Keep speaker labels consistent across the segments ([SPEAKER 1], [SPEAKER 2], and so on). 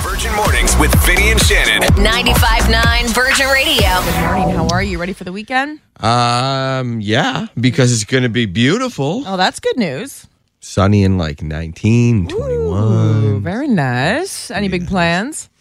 [SPEAKER 1] Virgin Mornings with Vinny and Shannon.
[SPEAKER 2] 95.9 Virgin Radio.
[SPEAKER 3] Good morning. How are you? Ready for the weekend?
[SPEAKER 4] Um, yeah, because it's going to be beautiful.
[SPEAKER 3] Oh, that's good news.
[SPEAKER 4] Sunny in like 19, 21.
[SPEAKER 3] Ooh, very nice. Any big plans?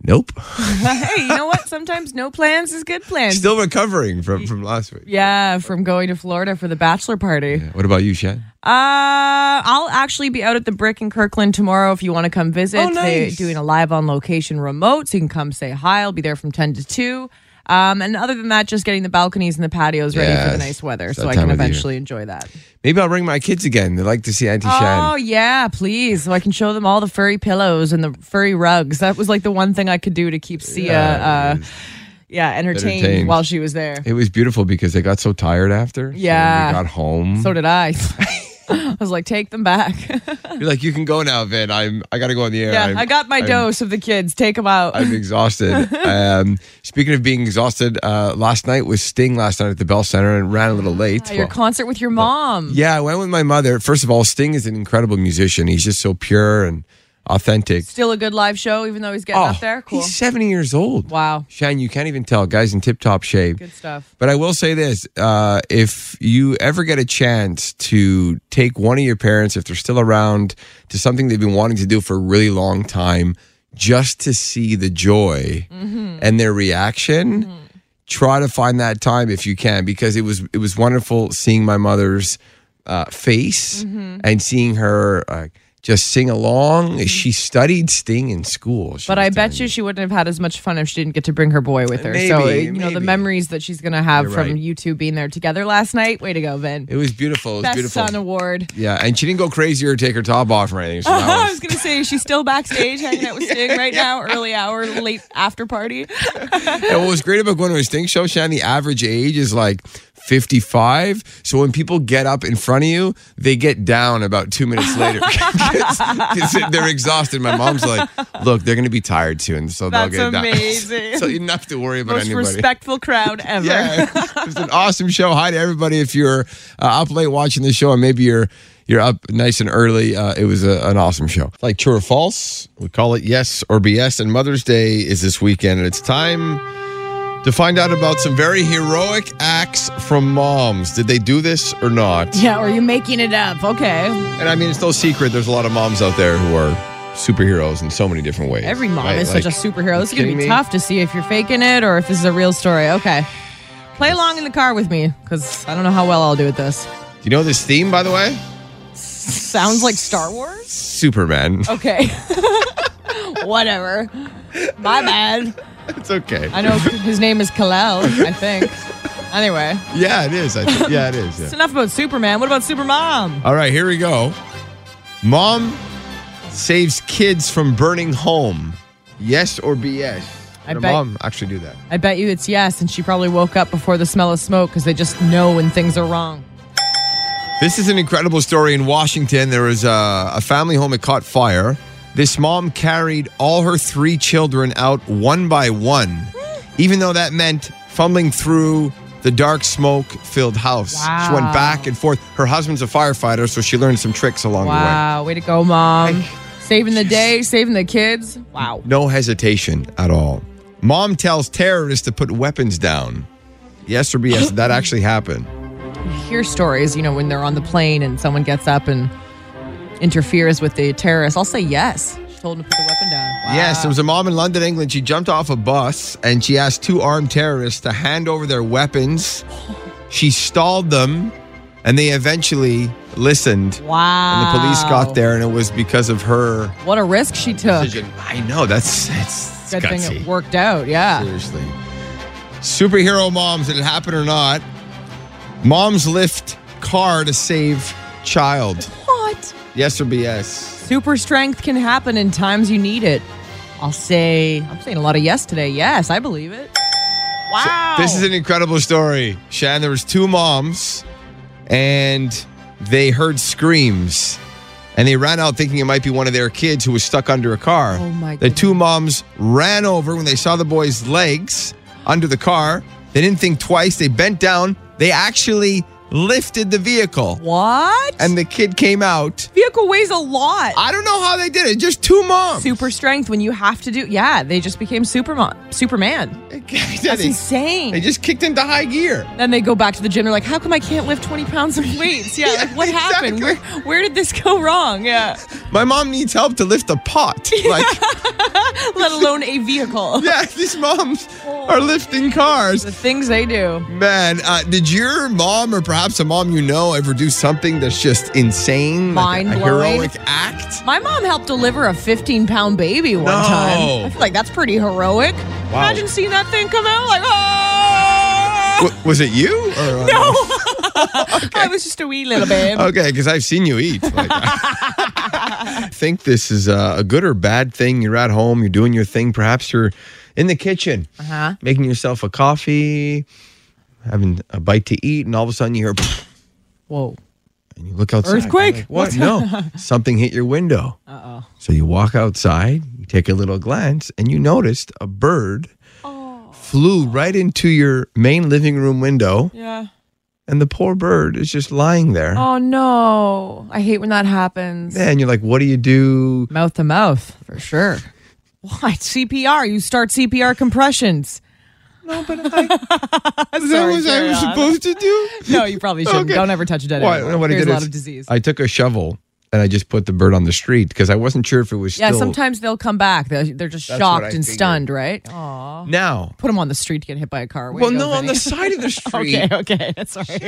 [SPEAKER 4] Nope.
[SPEAKER 3] hey, you know what? Sometimes no plans is good plans.
[SPEAKER 4] Still recovering from, from last week.
[SPEAKER 3] yeah, from going to Florida for the bachelor party.
[SPEAKER 4] What about you, Shen?
[SPEAKER 3] Uh, I'll actually be out at the Brick in Kirkland tomorrow if you want to come visit.
[SPEAKER 4] Oh, nice.
[SPEAKER 3] They're doing a live on location remote, so you can come say hi. I'll be there from 10 to 2. Um, and other than that, just getting the balconies and the patios ready for the
[SPEAKER 4] Yes.
[SPEAKER 3] nice weather
[SPEAKER 4] It's
[SPEAKER 3] so
[SPEAKER 4] that
[SPEAKER 3] I
[SPEAKER 4] time
[SPEAKER 3] can
[SPEAKER 4] of the year.
[SPEAKER 3] eventually enjoy that.
[SPEAKER 4] Maybe I'll bring my kids again. They like to see Auntie
[SPEAKER 3] Oh
[SPEAKER 4] Shan.
[SPEAKER 3] yeah, please. So I can show them all the furry pillows and the furry rugs. That was like the one thing I could do to keep Sia,
[SPEAKER 4] Yeah,
[SPEAKER 3] uh, yeah, entertained,
[SPEAKER 4] Entertained.
[SPEAKER 3] while she was there.
[SPEAKER 4] It was beautiful because they got so tired after. So when
[SPEAKER 3] Yeah.
[SPEAKER 4] we got home.
[SPEAKER 3] So did I. I was like, take them back.
[SPEAKER 4] You're like, you can go now, Vin. I'm, I got to go on the air.
[SPEAKER 3] yeah,
[SPEAKER 4] I'm-
[SPEAKER 3] I got my
[SPEAKER 4] I'm-
[SPEAKER 3] dose of the kids. Take them out.
[SPEAKER 4] I'm exhausted. um, speaking of being exhausted, uh, last night was Sting last night at the Bell Center and ran a little late.
[SPEAKER 3] Your
[SPEAKER 4] Well-
[SPEAKER 3] concert with your mom.
[SPEAKER 4] Yeah, I went with my mother. First of all, Sting is an incredible musician. He's just so pure and authentic. Oh,
[SPEAKER 3] Still a good live show, even though he's getting up there. Cool.
[SPEAKER 4] He's 70 years old.
[SPEAKER 3] Wow.
[SPEAKER 4] Shane, you can't even tell. Guy's in tip top shape.
[SPEAKER 3] Good stuff.
[SPEAKER 4] But I will say this uh, if you ever get a chance to take one of your parents, if they're still around, to something they've been wanting to do for a really long time, just to see the joy
[SPEAKER 3] Mm-hmm.
[SPEAKER 4] and their reaction. Try to find that time if you can, because it was it was wonderful seeing my mother's uh, face
[SPEAKER 3] Mm-hmm.
[SPEAKER 4] and seeing her uh, just sing along. She studied Sting in school,
[SPEAKER 3] But I bet you she wouldn't have had as much fun if she didn't get to bring her boy with her. so,
[SPEAKER 4] Maybe,
[SPEAKER 3] you know, the
[SPEAKER 4] maybe.
[SPEAKER 3] memories that she's going to have
[SPEAKER 4] You're
[SPEAKER 3] from
[SPEAKER 4] right.
[SPEAKER 3] you two being there together last night. Way to go, Vin.
[SPEAKER 4] It was beautiful. It was
[SPEAKER 3] Best
[SPEAKER 4] beautiful.
[SPEAKER 3] Son Award.
[SPEAKER 4] Yeah, and she didn't go crazy or take her top off or anything. So that
[SPEAKER 3] I
[SPEAKER 4] was-
[SPEAKER 3] was gonna say she's still backstage hanging out with Sting right now, early hour, late after party.
[SPEAKER 4] and what was great about going to a Sting show, Shan, the average age is like 55. So when people get up in front of you, they get down about two minutes later because they're exhausted. My mom's like, look, they're going to be tired soon. So
[SPEAKER 3] That's
[SPEAKER 4] they'll get
[SPEAKER 3] amazing.
[SPEAKER 4] down. so you don't have to worry about
[SPEAKER 3] Most
[SPEAKER 4] anybody.
[SPEAKER 3] respectful crowd ever.
[SPEAKER 4] Yeah, it was an awesome show. Hi to everybody. If you're uh, up late watching the show, and maybe you're you're up nice and early, uh, it was a, an awesome show. Like true or false, we call it yes or BS. And Mother's Day is this weekend, and it's time to find out about some very heroic acts from moms. Did they do this or not?
[SPEAKER 3] Yeah, or you making it up. Okay.
[SPEAKER 4] And I mean, it's no secret. There's a lot of moms out there who are superheroes in so many different ways.
[SPEAKER 3] Every mom
[SPEAKER 4] right?
[SPEAKER 3] is
[SPEAKER 4] Like-
[SPEAKER 3] such a superhero. This is gonna be
[SPEAKER 4] kidding me?
[SPEAKER 3] tough to see if you're faking it or if this is a real story. Okay. Play along in the car with me, because I don't know how well I'll do with this.
[SPEAKER 4] Do you know this theme, by the way?
[SPEAKER 3] Sounds like Star Wars?
[SPEAKER 4] Superman.
[SPEAKER 3] Okay. Whatever. My bad.
[SPEAKER 4] it's okay.
[SPEAKER 3] I know his name is Kalel, I think. Anyway.
[SPEAKER 4] Yeah, it is. I think. Yeah, it is.
[SPEAKER 3] It's
[SPEAKER 4] Yeah.
[SPEAKER 3] enough about Superman. What about Supermom?
[SPEAKER 4] All right, here we go. Mom saves kids from burning home. Yes or BS?
[SPEAKER 3] I
[SPEAKER 4] Did a
[SPEAKER 3] bet-
[SPEAKER 4] mom actually do that.
[SPEAKER 3] I bet you it's yes, and she probably woke up before the smell of smoke because they just know when things are wrong.
[SPEAKER 4] This is an incredible story in Washington. There was a, a family home that caught fire. This mom carried all her three children out one by one,
[SPEAKER 3] Hmm.
[SPEAKER 4] even though that meant fumbling through the dark smoke filled house. She
[SPEAKER 3] Wow.
[SPEAKER 4] went back and forth. Her husband's a firefighter, so she learned some tricks along the way.
[SPEAKER 3] Wow, way to go, mom.
[SPEAKER 4] Like,
[SPEAKER 3] Saving the day, saving the kids. Wow.
[SPEAKER 4] No hesitation at all. Mom tells terrorists to put weapons down. Yes or BS? that actually happened.
[SPEAKER 3] You hear stories, you know, when they're on the plane and someone gets up and interferes with the terrorist. I'll say yes. She told him to put the weapon down. Wow.
[SPEAKER 4] Yes, there was a mom in London, England. She jumped off a bus and she asked two armed terrorists to hand over their weapons. She stalled them and they eventually listened. And
[SPEAKER 3] Wow.
[SPEAKER 4] the police got there and it was because of her
[SPEAKER 3] What a risk she took.
[SPEAKER 4] decision. I know, that's it's,
[SPEAKER 3] Good
[SPEAKER 4] it's
[SPEAKER 3] thing
[SPEAKER 4] gutsy.
[SPEAKER 3] it worked out. Yeah.
[SPEAKER 4] Ah. Seriously. Superhero moms, did it happen or not? Moms lift car to save child.
[SPEAKER 3] What?
[SPEAKER 4] Yes or BS?
[SPEAKER 3] Super strength can happen in times you need it. I'll say, I'm saying a lot of yes today. Yes, I believe it. Wow.
[SPEAKER 4] This is an incredible story. Shan, there was two moms and they heard screams and they ran out thinking it might be one of their kids who was stuck under a car.
[SPEAKER 3] Oh my
[SPEAKER 4] The
[SPEAKER 3] goodness.
[SPEAKER 4] two moms ran over when they saw the boy's legs under the car. They didn't think twice. They bent down. They actually lifted the vehicle,
[SPEAKER 3] What?
[SPEAKER 4] and the kid came out.
[SPEAKER 3] vehicle weighs a lot.
[SPEAKER 4] I don't know how they did it. Just two moms.
[SPEAKER 3] super strength when you have to do. Yeah, they just became Superman. Superman. That's
[SPEAKER 4] That's
[SPEAKER 3] insane.
[SPEAKER 4] They just kicked into high gear.
[SPEAKER 3] then they go back to the gym. They're like, "How come I can't lift 20 pounds of weights? Yeah, like, what happened? Where,
[SPEAKER 4] exactly.
[SPEAKER 3] where did this go wrong? Yeah,
[SPEAKER 4] My mom needs help to lift a pot. Like,
[SPEAKER 3] let alone a vehicle.
[SPEAKER 4] yeah, these moms are lifting cars.
[SPEAKER 3] The things they do.
[SPEAKER 4] Man, uh, did your mom or perhaps a mom you know ever do something that's just insane? like a- a,
[SPEAKER 3] Mind-blowing.
[SPEAKER 4] heroic act?
[SPEAKER 3] My mom helped deliver a 15 pound baby one
[SPEAKER 4] No.
[SPEAKER 3] time. I feel like that's pretty heroic.
[SPEAKER 4] Wow.
[SPEAKER 3] Imagine seeing that thing come out like, oh!
[SPEAKER 4] W- was it you? Or, uh,
[SPEAKER 3] No! I was just a wee little babe.
[SPEAKER 4] Okay, because I've seen you eat. Like, think this is uh, a good or bad thing. You're at home, you're doing your thing. Perhaps you're in the kitchen,
[SPEAKER 3] Uh-huh.
[SPEAKER 4] making yourself a coffee, having a bite to eat, and all of a sudden you hear,
[SPEAKER 3] Whoa.
[SPEAKER 4] and you look outside.
[SPEAKER 3] Earthquake?
[SPEAKER 4] You're like, what? No, something hit your window.
[SPEAKER 3] Uh oh.
[SPEAKER 4] So you walk outside, you take a little glance, and you noticed a bird
[SPEAKER 3] Oh.
[SPEAKER 4] flew right into your main living room window,
[SPEAKER 3] Yeah.
[SPEAKER 4] and the poor bird is just lying there.
[SPEAKER 3] Oh no. I hate when that happens.
[SPEAKER 4] And you're like, what do you do?
[SPEAKER 3] Mouth to mouth, for sure. What? CPR. You start CPR compressions.
[SPEAKER 4] No, but I, is that
[SPEAKER 3] Sorry,
[SPEAKER 4] what I
[SPEAKER 3] carry
[SPEAKER 4] was
[SPEAKER 3] on.
[SPEAKER 4] supposed to do?
[SPEAKER 3] No, you probably shouldn't.
[SPEAKER 4] Okay.
[SPEAKER 3] Don't ever touch a dead
[SPEAKER 4] Why-
[SPEAKER 3] animal.
[SPEAKER 4] what I
[SPEAKER 3] There's
[SPEAKER 4] did
[SPEAKER 3] a
[SPEAKER 4] is
[SPEAKER 3] lot of disease.
[SPEAKER 4] I took a shovel and I just put the bird on the street because I wasn't sure if it was
[SPEAKER 3] yeah,
[SPEAKER 4] still.
[SPEAKER 3] sometimes they'll come back. They're, they're just
[SPEAKER 4] That's what
[SPEAKER 3] shocked
[SPEAKER 4] I
[SPEAKER 3] and
[SPEAKER 4] figured.
[SPEAKER 3] stunned, right? Aw.
[SPEAKER 4] now.
[SPEAKER 3] Put them on the street to get hit by a car. Way
[SPEAKER 4] Well,
[SPEAKER 3] to go,
[SPEAKER 4] no, on the
[SPEAKER 3] Vinny.
[SPEAKER 4] side of the street.
[SPEAKER 3] Okay, okay. That's Sorry.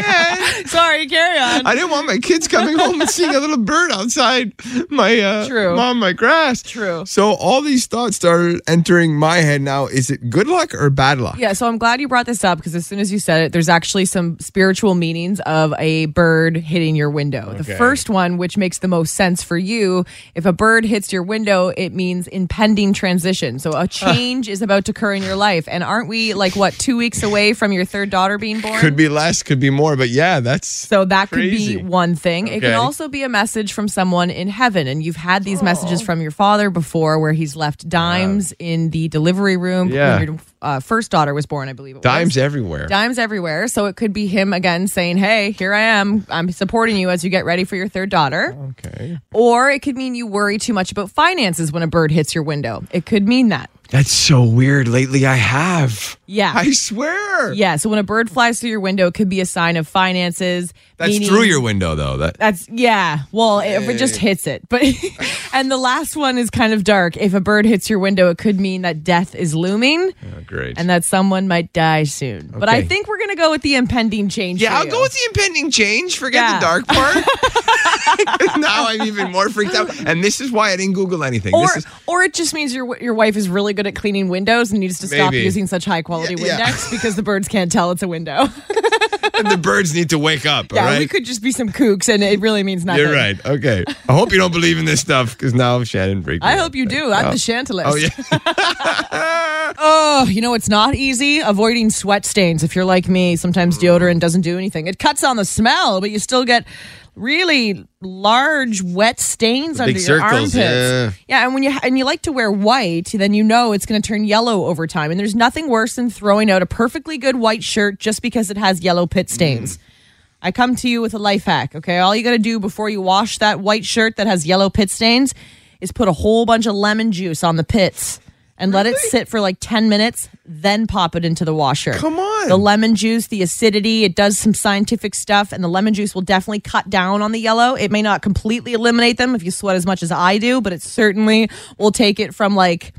[SPEAKER 3] sorry, carry on.
[SPEAKER 4] I didn't want my kids coming home and seeing a little bird outside my uh,
[SPEAKER 3] True.
[SPEAKER 4] mom my grass.
[SPEAKER 3] True.
[SPEAKER 4] So all these thoughts started entering my head. Now, is it good luck or bad luck?
[SPEAKER 3] yeah, so I'm glad you brought this up because as soon as you said it, there's actually some spiritual meanings of a bird hitting your window. The
[SPEAKER 4] Okay.
[SPEAKER 3] first one, which makes the most sense for you, if a bird hits your window, it means impending transition. So a change is about to occur in your life. And aren't we like, what, two weeks away from your third daughter being born?
[SPEAKER 4] Could be less, could be more, but yeah, that's
[SPEAKER 3] So that
[SPEAKER 4] Crazy.
[SPEAKER 3] could be one thing. It
[SPEAKER 4] Okay.
[SPEAKER 3] can also be a message from someone in heaven. And you've had these messages from your father before where he's left dimes in the delivery room
[SPEAKER 4] Yeah.
[SPEAKER 3] when your uh, first daughter was born, I believe it
[SPEAKER 4] dimes
[SPEAKER 3] was.
[SPEAKER 4] everywhere.
[SPEAKER 3] Dimes everywhere. So it could be him again saying, Hey, here I am. I'm supporting you as you get ready for your third daughter.
[SPEAKER 4] Oh. okay.
[SPEAKER 3] Or it could mean you worry too much about finances when a bird hits your window. It could mean that.
[SPEAKER 4] That's so weird. Lately, I have.
[SPEAKER 3] Yeah.
[SPEAKER 4] I swear.
[SPEAKER 3] Yeah. So when a bird flies through your window, it could be a sign of finances.
[SPEAKER 4] That's
[SPEAKER 3] meaning-
[SPEAKER 4] through your window, though. That
[SPEAKER 3] That's yeah. Well, if it just hits it, but and the last one is kind of dark. If a bird hits your window, it could mean that death is looming
[SPEAKER 4] great.
[SPEAKER 3] and that someone might die soon. But I
[SPEAKER 4] Okay.
[SPEAKER 3] think we're gonna go with the impending change.
[SPEAKER 4] yeah,
[SPEAKER 3] for
[SPEAKER 4] I'll
[SPEAKER 3] you.
[SPEAKER 4] go with the impending change. Forget
[SPEAKER 3] Yeah.
[SPEAKER 4] the dark part. now I'm even more freaked out, and this is why I didn't Google anything.
[SPEAKER 3] Or,
[SPEAKER 4] this is
[SPEAKER 3] or it just means your your wife is really good at cleaning windows and needs to stop
[SPEAKER 4] Maybe.
[SPEAKER 3] using such high quality
[SPEAKER 4] Yeah, yeah.
[SPEAKER 3] Windex because the birds can't tell it's a window.
[SPEAKER 4] the birds need to wake up.
[SPEAKER 3] yeah,
[SPEAKER 4] all right.
[SPEAKER 3] we could just be some kooks and it really means nothing.
[SPEAKER 4] You're right. Okay. I hope you don't believe in this stuff because now Shannon freaked.
[SPEAKER 3] I
[SPEAKER 4] me out.
[SPEAKER 3] hope you do. I'm the chantalist.
[SPEAKER 4] Oh yeah.
[SPEAKER 3] Oh, you know, it's not easy avoiding sweat stains. If you're like me, sometimes deodorant doesn't do anything. It cuts on the smell, but you still get really large wet stains under
[SPEAKER 4] big
[SPEAKER 3] your
[SPEAKER 4] circles,
[SPEAKER 3] armpits.
[SPEAKER 4] yeah.
[SPEAKER 3] and when you and you like to wear white, then you know it's going to turn yellow over time. And there's nothing worse than throwing out a perfectly good white shirt just because it has yellow pit stains. I come to you with a life hack, okay? All you got to do before you wash that white shirt that has yellow pit stains is put a whole bunch of lemon juice on the pits and let it sit for like 10 minutes, then pop it into the washer.
[SPEAKER 4] Come on.
[SPEAKER 3] The lemon juice, the acidity, it does some scientific stuff, and the lemon juice will definitely cut down on the yellow. It may not completely eliminate them if you sweat as much as I do, but it certainly will take it from like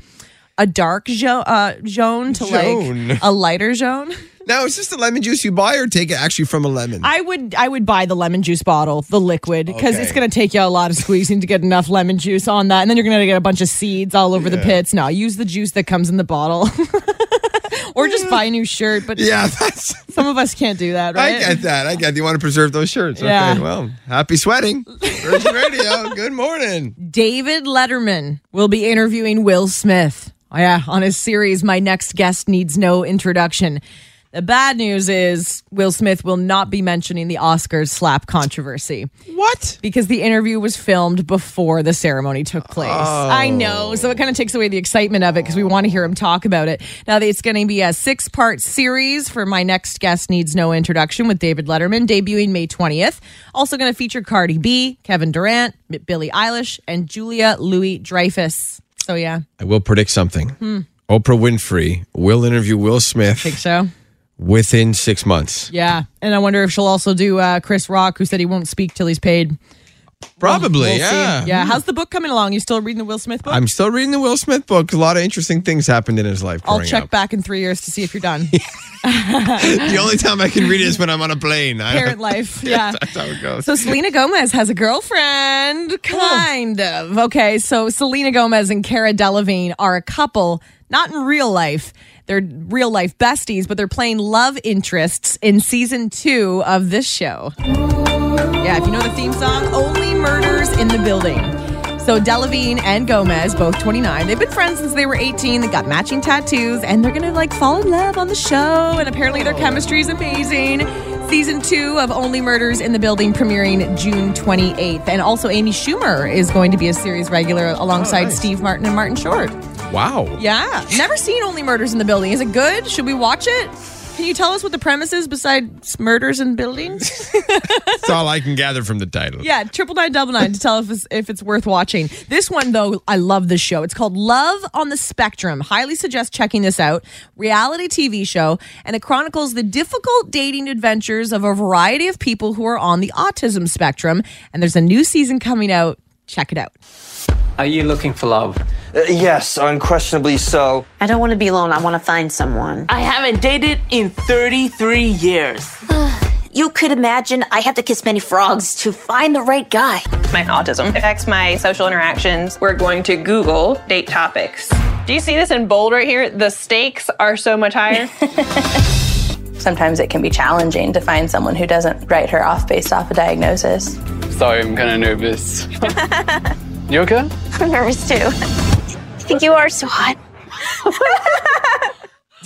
[SPEAKER 3] a dark jo- uh, zone to
[SPEAKER 4] Zone.
[SPEAKER 3] like a lighter zone.
[SPEAKER 4] Now is this the lemon juice you buy or take it actually from a lemon?
[SPEAKER 3] I would I would buy the lemon juice bottle, the liquid, because
[SPEAKER 4] Okay.
[SPEAKER 3] it's going to take you a lot of squeezing to get enough lemon juice on that, and then you're going to get a bunch of seeds all over the pits. No, use the juice that comes in the bottle, or just buy a new shirt. But
[SPEAKER 4] yeah, that's.
[SPEAKER 3] some of us can't do that, right?
[SPEAKER 4] I get that. I get. That. You want to preserve those shirts.
[SPEAKER 3] Yeah.
[SPEAKER 4] Okay. Well, happy sweating. Virgin Radio. Good morning.
[SPEAKER 3] David Letterman will be interviewing Will Smith. Oh, yeah, on his series, My Next Guest Needs No Introduction. The bad news is Will Smith will not be mentioning the Oscars slap controversy
[SPEAKER 4] What?
[SPEAKER 3] because the interview was filmed before the ceremony took place.
[SPEAKER 4] Oh.
[SPEAKER 3] I know. So it kind of takes away the excitement of it because we want to hear him talk about it. Now, it's going to be a six part series for My Next Guest Needs No Introduction with David Letterman, debuting May 20th. Also going to feature Cardi B, Kevin Durant, Billie Eilish, and Julia Louis Dreyfus. So, yeah,
[SPEAKER 4] I will predict something.
[SPEAKER 3] Hmm.
[SPEAKER 4] Oprah Winfrey will interview Will
[SPEAKER 3] big
[SPEAKER 4] Smith
[SPEAKER 3] show.
[SPEAKER 4] within six months.
[SPEAKER 3] Yeah. And I wonder if she'll also do uh, Chris Rock, who said he won't speak till he's paid.
[SPEAKER 4] Probably,
[SPEAKER 3] We'll see.
[SPEAKER 4] yeah.
[SPEAKER 3] Yeah. How's the book coming along? You still reading the Will Smith book?
[SPEAKER 4] I'm still reading the Will Smith book. A lot of interesting things happened in his life.
[SPEAKER 3] I'll
[SPEAKER 4] growing
[SPEAKER 3] check
[SPEAKER 4] up.
[SPEAKER 3] back in three years to see if you're done.
[SPEAKER 4] the only time I can read it is when I'm on a plane. I
[SPEAKER 3] parent life. Yeah.
[SPEAKER 4] That's how it goes.
[SPEAKER 3] So Selena Gomez has a girlfriend, kind of. Okay, so Selena Gomez and Cara Delevingne are a couple, not in real life. They're real life besties, but they're playing love interests in season two of this show. Yeah, if you know the theme song, Only Murders in the Building. So Delevingne and Gomez, both 29, they've been friends since they were 18. They got matching tattoos, and they're gonna like fall in love on the show. And apparently, their chemistry is amazing. Season two of Only Murders in the Building premiering June 28th, and also Amy Schumer is going to be a series regular alongside Steve Martin and Martin Short.
[SPEAKER 4] wow.
[SPEAKER 3] Yeah, never seen Only Murders in the Building. Is it good? Should we watch it? Can you tell us what the premise is besides murders in buildings?
[SPEAKER 4] That's all I can gather from the title.
[SPEAKER 3] Yeah, triple nine double nine to tell if it's, if it's worth watching. This one though, I love this show. It's called Love on the Spectrum. Highly suggest checking this out. Reality TV show, and it chronicles the difficult dating adventures of a variety of people who are on the autism spectrum. And there's a new season coming out. Check it out.
[SPEAKER 5] Are you looking for love?
[SPEAKER 6] Uh, Yes, unquestionably so.
[SPEAKER 7] I don't want to be alone. I want to find someone.
[SPEAKER 8] I haven't dated in 33 years.
[SPEAKER 9] You could imagine I have to kiss many frogs to find the right guy.
[SPEAKER 10] my autism affects my social interactions. We're going to Google date topics. Do you see this in bold right here? The stakes are so much higher. Sometimes it can be challenging to find someone who doesn't write her off based off a diagnosis.
[SPEAKER 5] Sorry, I'm kind of nervous. you okay?
[SPEAKER 9] I'm nervous too. I think you are so hot.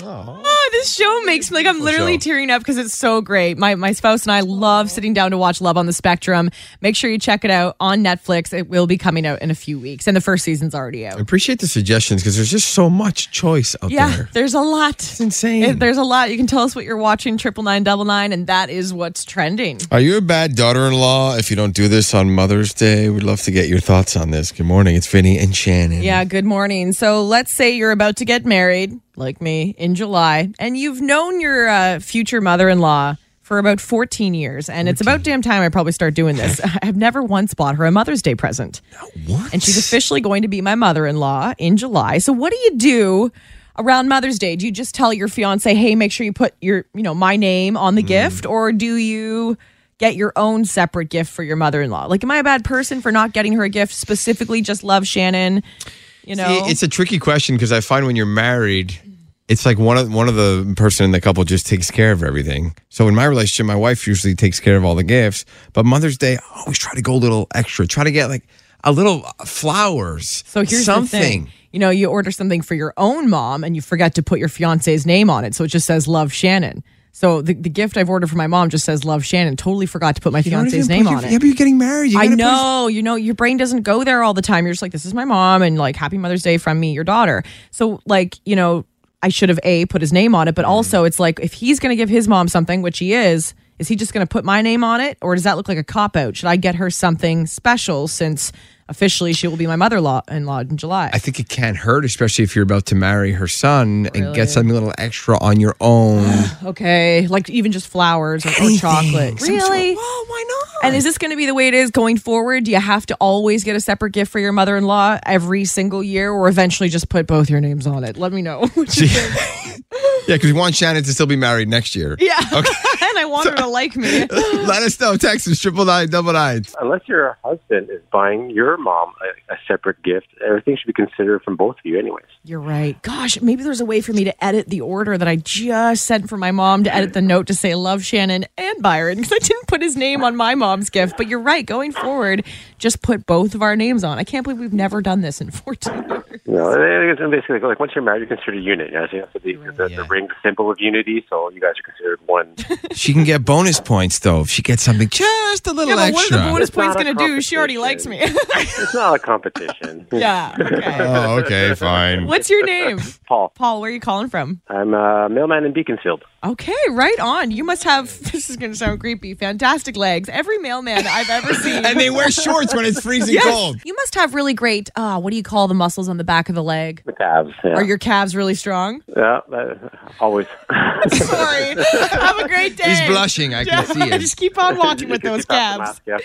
[SPEAKER 3] Oh, this show makes me like I'm literally
[SPEAKER 4] show.
[SPEAKER 3] tearing up because it's so great. My my spouse and I love sitting down to watch Love on the Spectrum. Make sure you check it out on Netflix. It will be coming out in a few weeks, and the first season's already out.
[SPEAKER 4] I appreciate the suggestions because there's just so much choice out
[SPEAKER 3] Yeah,
[SPEAKER 4] there.
[SPEAKER 3] there's a lot. It's
[SPEAKER 4] insane.
[SPEAKER 3] there's a lot. You can tell us what you're watching, triple nine double nine, and that is what's trending.
[SPEAKER 4] Are you a bad daughter-in-law if you don't do this on Mother's Day? We'd love to get your thoughts on this. Good morning. It's Vinny and Shannon.
[SPEAKER 3] Yeah, good morning. So let's say you're about to get married, like me, in July, and you've known your uh, future mother in law for about 14 years. And it's about damn time I probably start doing this. I've never once bought her a Mother's Day present.
[SPEAKER 4] What?
[SPEAKER 3] And she's officially going to be my mother in law in July. So what do you do? Around Mother's Day, do you just tell your fiance, "Hey, make sure you put your, you know, my name on the
[SPEAKER 4] Mm.
[SPEAKER 3] gift," or do you get your own separate gift for your mother-in-law? Like, am I a bad person for not getting her a gift specifically? Just love Shannon, you know.
[SPEAKER 4] It's a tricky question because I find when you're married, it's like one of one of the person in the couple just takes care of everything. So in my relationship, my wife usually takes care of all the gifts, but Mother's Day, I always try to go a little extra, try to get like a little uh, flowers.
[SPEAKER 3] So here's
[SPEAKER 4] something.
[SPEAKER 3] the thing. You know, you order something for your own mom and you forget to put your fiance's name on it. So it just says love Shannon. So the, the gift I've ordered for my mom just says love Shannon. Totally forgot to put my
[SPEAKER 4] You don't
[SPEAKER 3] fiance's
[SPEAKER 4] even
[SPEAKER 3] name
[SPEAKER 4] put your-
[SPEAKER 3] on
[SPEAKER 4] Yeah,
[SPEAKER 3] it.
[SPEAKER 4] but you're getting married. You
[SPEAKER 3] I
[SPEAKER 4] gotta put-
[SPEAKER 3] know, you know, your brain doesn't go there all the time. You're just like, this is my mom and like, happy Mother's Day from me, your daughter. So, like, you know, I should have A, put his name on it,
[SPEAKER 4] Mm.
[SPEAKER 3] but also it's like, if he's going to give his mom something, which he is, is he just going to put my name on it or does that look like a cop out? Should I get her something special since officially she will be my mother in law in July?
[SPEAKER 4] I think it can't hurt, especially if you're about to marry her son and get something a little extra on your own.
[SPEAKER 3] Okay, like even just flowers or, or chocolate. Really?
[SPEAKER 4] Oh, why not?
[SPEAKER 3] And is this going to be the way it is going forward? Do you have to always get a separate gift for your mother in law every single year or eventually just put both your names on it? Let me know. what you think.
[SPEAKER 4] yeah, because we want Shannon to still be married next year.
[SPEAKER 3] yeah. and and I want her to like me.
[SPEAKER 4] Let us know. Text us triple nine double nine.
[SPEAKER 11] Unless your husband is buying your mom a, a separate gift, everything should be considered from both of you, anyways.
[SPEAKER 3] You're right. Gosh, maybe there's a way for me to edit the order that I just sent for my mom to edit the note to say love Shannon and Byron because I didn't put his name on my mom's gift. But you're right. Going forward, just put both of our names on. I can't believe we've never done this in 14 years.
[SPEAKER 11] You know, and I think it's basically like once you're married, you're considered a unit. You know, so the, the, the ring's a symbol of unity, so you guys are considered one.
[SPEAKER 4] She can get bonus points though if she gets something just a little
[SPEAKER 3] Yeah, but what
[SPEAKER 4] extra.
[SPEAKER 3] are the bonus
[SPEAKER 11] It's not
[SPEAKER 3] points
[SPEAKER 11] a
[SPEAKER 3] going to do? She already likes me.
[SPEAKER 11] it's not a competition.
[SPEAKER 3] yeah. Okay.
[SPEAKER 4] oh, okay, fine.
[SPEAKER 3] What's your name?
[SPEAKER 11] Paul,
[SPEAKER 3] Paul, where are you calling from?
[SPEAKER 11] I'm a mailman in Beaconsfield.
[SPEAKER 3] Okay, right on. You must have, this is going to sound creepy, fantastic legs. Every mailman I've ever seen.
[SPEAKER 4] And they wear shorts when it's freezing
[SPEAKER 3] Yes.
[SPEAKER 4] cold.
[SPEAKER 3] You must have really great, uh, what do you call the muscles on the back of the leg?
[SPEAKER 11] The calves. Yeah.
[SPEAKER 3] Are your calves really strong?
[SPEAKER 11] yeah uh, always.
[SPEAKER 3] Sorry. have a great day.
[SPEAKER 4] He's blushing. I can see it.
[SPEAKER 3] Just keep on walking with those calves.
[SPEAKER 11] Yeah.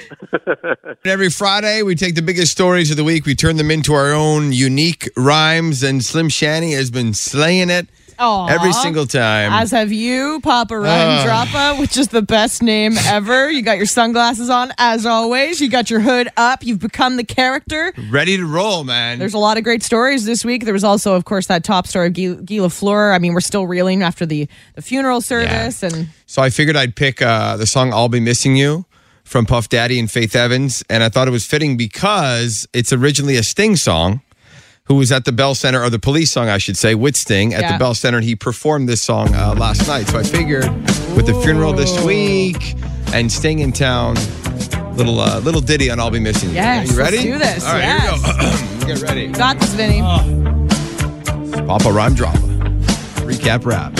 [SPEAKER 4] Every Friday, we take the biggest stories of the week, we turn them into our own unique rhymes, and Slim Shanny has been slaying it
[SPEAKER 3] Aw.
[SPEAKER 4] every single Ah. time.
[SPEAKER 3] As have you, Papa
[SPEAKER 4] Ugh.
[SPEAKER 3] Ryan Droppa, which is the best name ever. You got your sunglasses on, as always. You got your hood up. You've become the character.
[SPEAKER 4] Ready to roll, man.
[SPEAKER 3] There's a lot of great stories this week. There was also, of course, that top story of Guy, Guy Lafleur. I mean, we're still reeling after the, the funeral service. And
[SPEAKER 4] So I figured I'd pick uh, the song I'll Be Missing You from Puff Daddy and Faith Evans. And I thought it was fitting because it's originally a Sting song, who was at the Bell Center, or the police song, I should say, with Sting at the
[SPEAKER 3] Yeah.
[SPEAKER 4] Bell Center. He performed this song uh, last night. So I figured with the funeral this week and Sting in town, little uh, little ditty on I'll Be Missing You.
[SPEAKER 3] Yes,
[SPEAKER 4] you ready?
[SPEAKER 3] let's do this.
[SPEAKER 4] All right, here we go. Get ready.
[SPEAKER 3] got this, Vinny.
[SPEAKER 4] Oh. Papa Rhyme Drama. Recap wrap.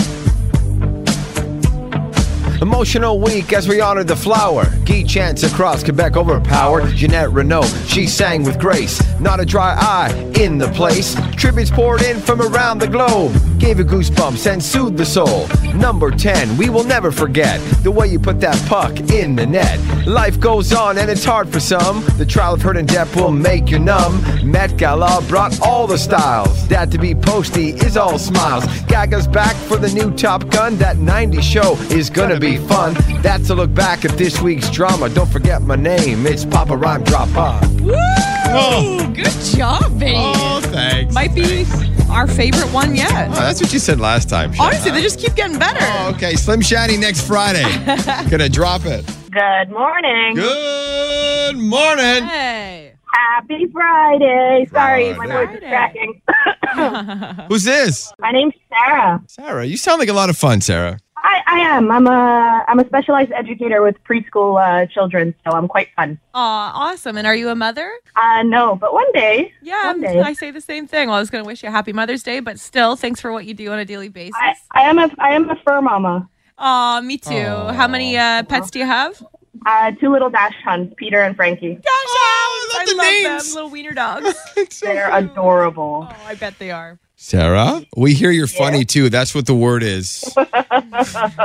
[SPEAKER 4] Emotional week as we honored the flower. Guy Chance across Quebec overpowered Jeanette Renault. She sang with grace, not a dry eye in the place. Tributes poured in from around the globe. Gave a goosebumps and soothed the soul. Number 10, we will never forget the way you put that puck in the net. Life goes on and it's hard for some. The trial of hurt and death will make you numb. Met Gala brought all the styles. That to be posty is all smiles. Gaga's back for the new Top Gun. That 90s show is gonna be fun. That's a look back at this week's drama. Don't forget my name. It's Papa Rhyme Drop On.
[SPEAKER 3] Woo! Good job, Vinny.
[SPEAKER 4] Oh. thanks. Oh,
[SPEAKER 3] Might be our favorite one yet.
[SPEAKER 4] that's what you said last time.
[SPEAKER 3] Honestly, they just keep getting better.
[SPEAKER 4] okay, Slim Shady next Friday. gonna drop it.
[SPEAKER 10] Good morning.
[SPEAKER 4] Good morning.
[SPEAKER 3] Hey.
[SPEAKER 10] Happy Friday.
[SPEAKER 4] Sorry, my
[SPEAKER 10] voice
[SPEAKER 4] Friday.
[SPEAKER 10] is cracking.
[SPEAKER 4] Who's this?
[SPEAKER 10] My name's Sarah.
[SPEAKER 4] Sarah, you sound like a lot of fun, Sarah.
[SPEAKER 10] I, I am. I'm a I'm a specialized educator with preschool uh, children, so I'm quite fun.
[SPEAKER 3] Aw, awesome. And are you a mother?
[SPEAKER 10] Uh, no, but one day,
[SPEAKER 3] Yeah,
[SPEAKER 10] one
[SPEAKER 3] I'm-
[SPEAKER 10] day,
[SPEAKER 3] I say the same thing. Well, I was going to wish you a happy Mother's Day, but still, thanks for what you do on a daily basis.
[SPEAKER 10] I, I am a I am a fur mama.
[SPEAKER 3] Aw, me too. How many uh, pets do you have? Gosh,
[SPEAKER 10] Uh, two little dash huns, Peter and Frankie.
[SPEAKER 3] oh,
[SPEAKER 4] I love
[SPEAKER 3] I
[SPEAKER 4] the
[SPEAKER 3] love
[SPEAKER 4] names.
[SPEAKER 3] them. Little wiener dogs.
[SPEAKER 10] They're adorable.
[SPEAKER 3] oh, I bet they are.
[SPEAKER 4] Sarah, we hear you're funny too. That's what the word is.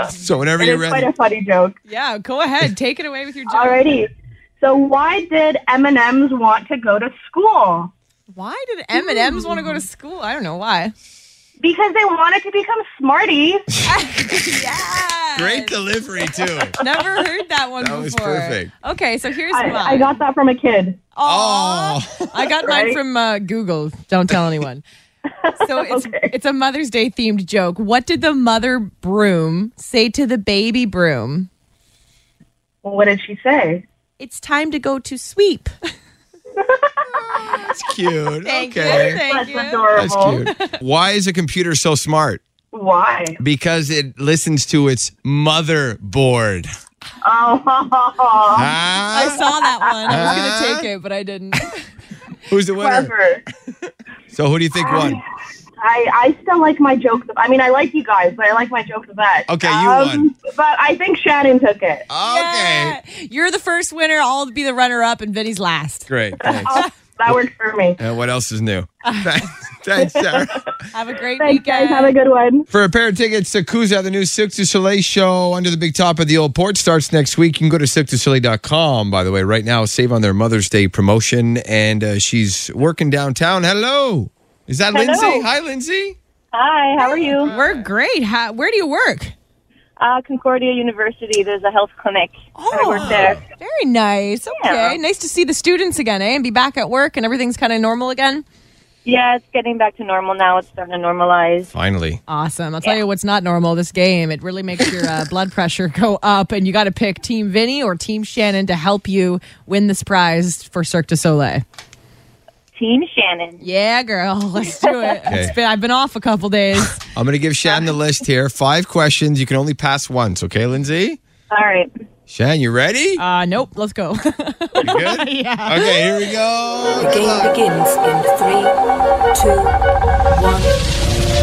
[SPEAKER 4] so whenever
[SPEAKER 10] It
[SPEAKER 4] you're
[SPEAKER 10] is quite
[SPEAKER 4] ready.
[SPEAKER 10] a funny joke.
[SPEAKER 3] Yeah, go ahead. Take it away with your joke.
[SPEAKER 10] Alrighty. So why did M&Ms want to go to school?
[SPEAKER 3] Why did M&M's want to go to school? I don't know why.
[SPEAKER 10] Because they wanted to become smarties.
[SPEAKER 3] yeah.
[SPEAKER 4] Great delivery too.
[SPEAKER 3] Never heard that one
[SPEAKER 4] That
[SPEAKER 3] before.
[SPEAKER 4] was perfect.
[SPEAKER 3] Okay, so here's mine.
[SPEAKER 10] I, I got that from a kid.
[SPEAKER 3] Aw.
[SPEAKER 4] Oh.
[SPEAKER 3] I got mine
[SPEAKER 10] Right?
[SPEAKER 3] from uh, Google. Don't tell anyone. So it's it's a Mother's Day themed joke. What did the mother broom say to the baby broom?
[SPEAKER 10] What did she say?
[SPEAKER 3] It's time to go to sweep.
[SPEAKER 4] That's cute.
[SPEAKER 3] Thank
[SPEAKER 4] okay.
[SPEAKER 3] you. Thank
[SPEAKER 10] That's
[SPEAKER 3] you.
[SPEAKER 4] That's
[SPEAKER 10] adorable.
[SPEAKER 4] cute. Why is a computer so smart?
[SPEAKER 10] Why?
[SPEAKER 4] Because it listens to its motherboard.
[SPEAKER 10] Oh,
[SPEAKER 3] I
[SPEAKER 4] Ah,
[SPEAKER 3] saw that one. I was
[SPEAKER 4] Huh?
[SPEAKER 3] gonna take it, but I didn't.
[SPEAKER 4] who's the winner?
[SPEAKER 10] clever.
[SPEAKER 4] So who do you think won?
[SPEAKER 10] I, I still like my jokes. I mean, I like you guys, but I like my jokes of that.
[SPEAKER 4] Okay, you won.
[SPEAKER 10] But I think Shannon took it.
[SPEAKER 4] Okay.
[SPEAKER 3] Yeah. You're the first winner. I'll be the runner up, and Vinny's last.
[SPEAKER 4] Great. Thanks.
[SPEAKER 10] That worked for me.
[SPEAKER 4] And what else is new? Thanks, Sarah.
[SPEAKER 3] Have a great
[SPEAKER 10] Thanks, guys.
[SPEAKER 3] weekend.
[SPEAKER 10] Have a good one.
[SPEAKER 4] For a pair of tickets to Kuza, the new Cirque du Soleil show under the big top of the old port starts next week. You can go to cirquedusoleil.com, by the way, right now. Save on their Mother's Day promotion. And uh, she's working downtown. Hello. Is that Lindsay? Hi, Lindsay.
[SPEAKER 10] Hi, how are you?
[SPEAKER 3] We're great. How, where do you work?
[SPEAKER 10] Uh, Concordia University, there's a health clinic. Oh, I work there.
[SPEAKER 3] Very nice. Okay. Nice to see the students again, eh? And be back at work and everything's kind of normal again.
[SPEAKER 10] Yeah, it's getting back to normal now. It's starting to normalize.
[SPEAKER 4] Finally.
[SPEAKER 3] Awesome. I'll tell you what's not normal this game. It really makes your uh, blood pressure go up, and you got to pick Team Vinny or Team Shannon to help you win this prize for Cirque du Soleil.
[SPEAKER 10] Team Shannon.
[SPEAKER 3] Yeah, girl. Let's do it.
[SPEAKER 4] Okay.
[SPEAKER 3] It's been, I've been off a couple days.
[SPEAKER 4] I'm going to give Shan the list here. Five questions. You can only pass once, okay, Lindsay?
[SPEAKER 10] All right.
[SPEAKER 4] Shan, you ready?
[SPEAKER 3] Uh, nope. Let's go.
[SPEAKER 4] good?
[SPEAKER 3] yeah.
[SPEAKER 4] Okay, here we go.
[SPEAKER 2] The game begins in three, two, one.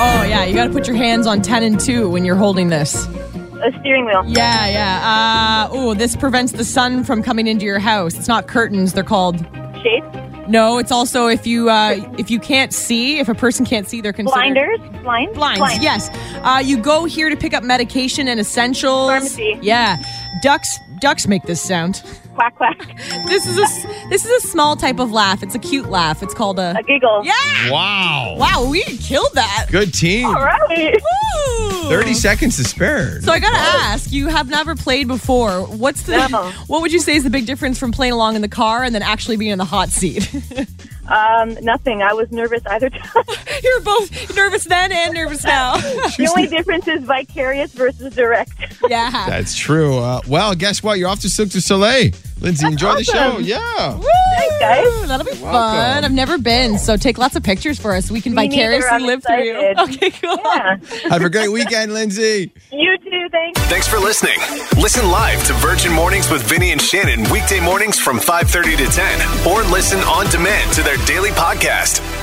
[SPEAKER 3] Oh yeah, you got to put your hands on ten and two when you're holding this.
[SPEAKER 10] A steering wheel.
[SPEAKER 3] Yeah, yeah. Uh, oh, this prevents the sun from coming into your house. It's not curtains; they're called.
[SPEAKER 10] Shade.
[SPEAKER 3] No, it's also if you uh, if you can't see, if a person can't see, they're considered
[SPEAKER 10] Blinders. Blinds.
[SPEAKER 3] Blinds, yes. Uh, you go here to pick up medication and essentials.
[SPEAKER 10] Pharmacy.
[SPEAKER 3] Yeah. Ducks ducks make this sound.
[SPEAKER 10] Quack quack.
[SPEAKER 3] This is a s- this is a small type of laugh. It's a cute laugh. It's called a
[SPEAKER 10] A giggle.
[SPEAKER 3] Yeah.
[SPEAKER 4] Wow.
[SPEAKER 3] Wow, we killed that.
[SPEAKER 4] Good team.
[SPEAKER 10] All right.
[SPEAKER 3] Woo.
[SPEAKER 4] 30 seconds to spare.
[SPEAKER 3] So I gotta ask, you have never played before. What's the
[SPEAKER 10] No.
[SPEAKER 3] what would you say is the big difference from playing along in the car and then actually being in the hot seat?
[SPEAKER 10] Um, nothing. I was nervous either time.
[SPEAKER 3] You're both nervous then and nervous now.
[SPEAKER 10] the only difference is vicarious versus direct.
[SPEAKER 3] yeah.
[SPEAKER 4] That's true. Uh, well, guess what? You're off to Cirque du Soleil. Lindsay, enjoy the show.
[SPEAKER 10] awesome.
[SPEAKER 4] Yeah.
[SPEAKER 3] Woo!
[SPEAKER 10] guys.
[SPEAKER 3] That'll be fun.
[SPEAKER 4] welcome.
[SPEAKER 3] I've never been, so take lots of pictures for us. We can
[SPEAKER 10] Me neither.
[SPEAKER 3] vicariously
[SPEAKER 10] I'm
[SPEAKER 3] live through you.
[SPEAKER 10] excited.
[SPEAKER 3] Okay, cool.
[SPEAKER 10] Yeah.
[SPEAKER 4] Have a great weekend, Lindsay.
[SPEAKER 10] You too. Thanks.
[SPEAKER 1] Thanks for listening. Listen live to Virgin Mornings with Vinny and Shannon weekday mornings from 5:30 to 10 or listen on demand to their daily podcast.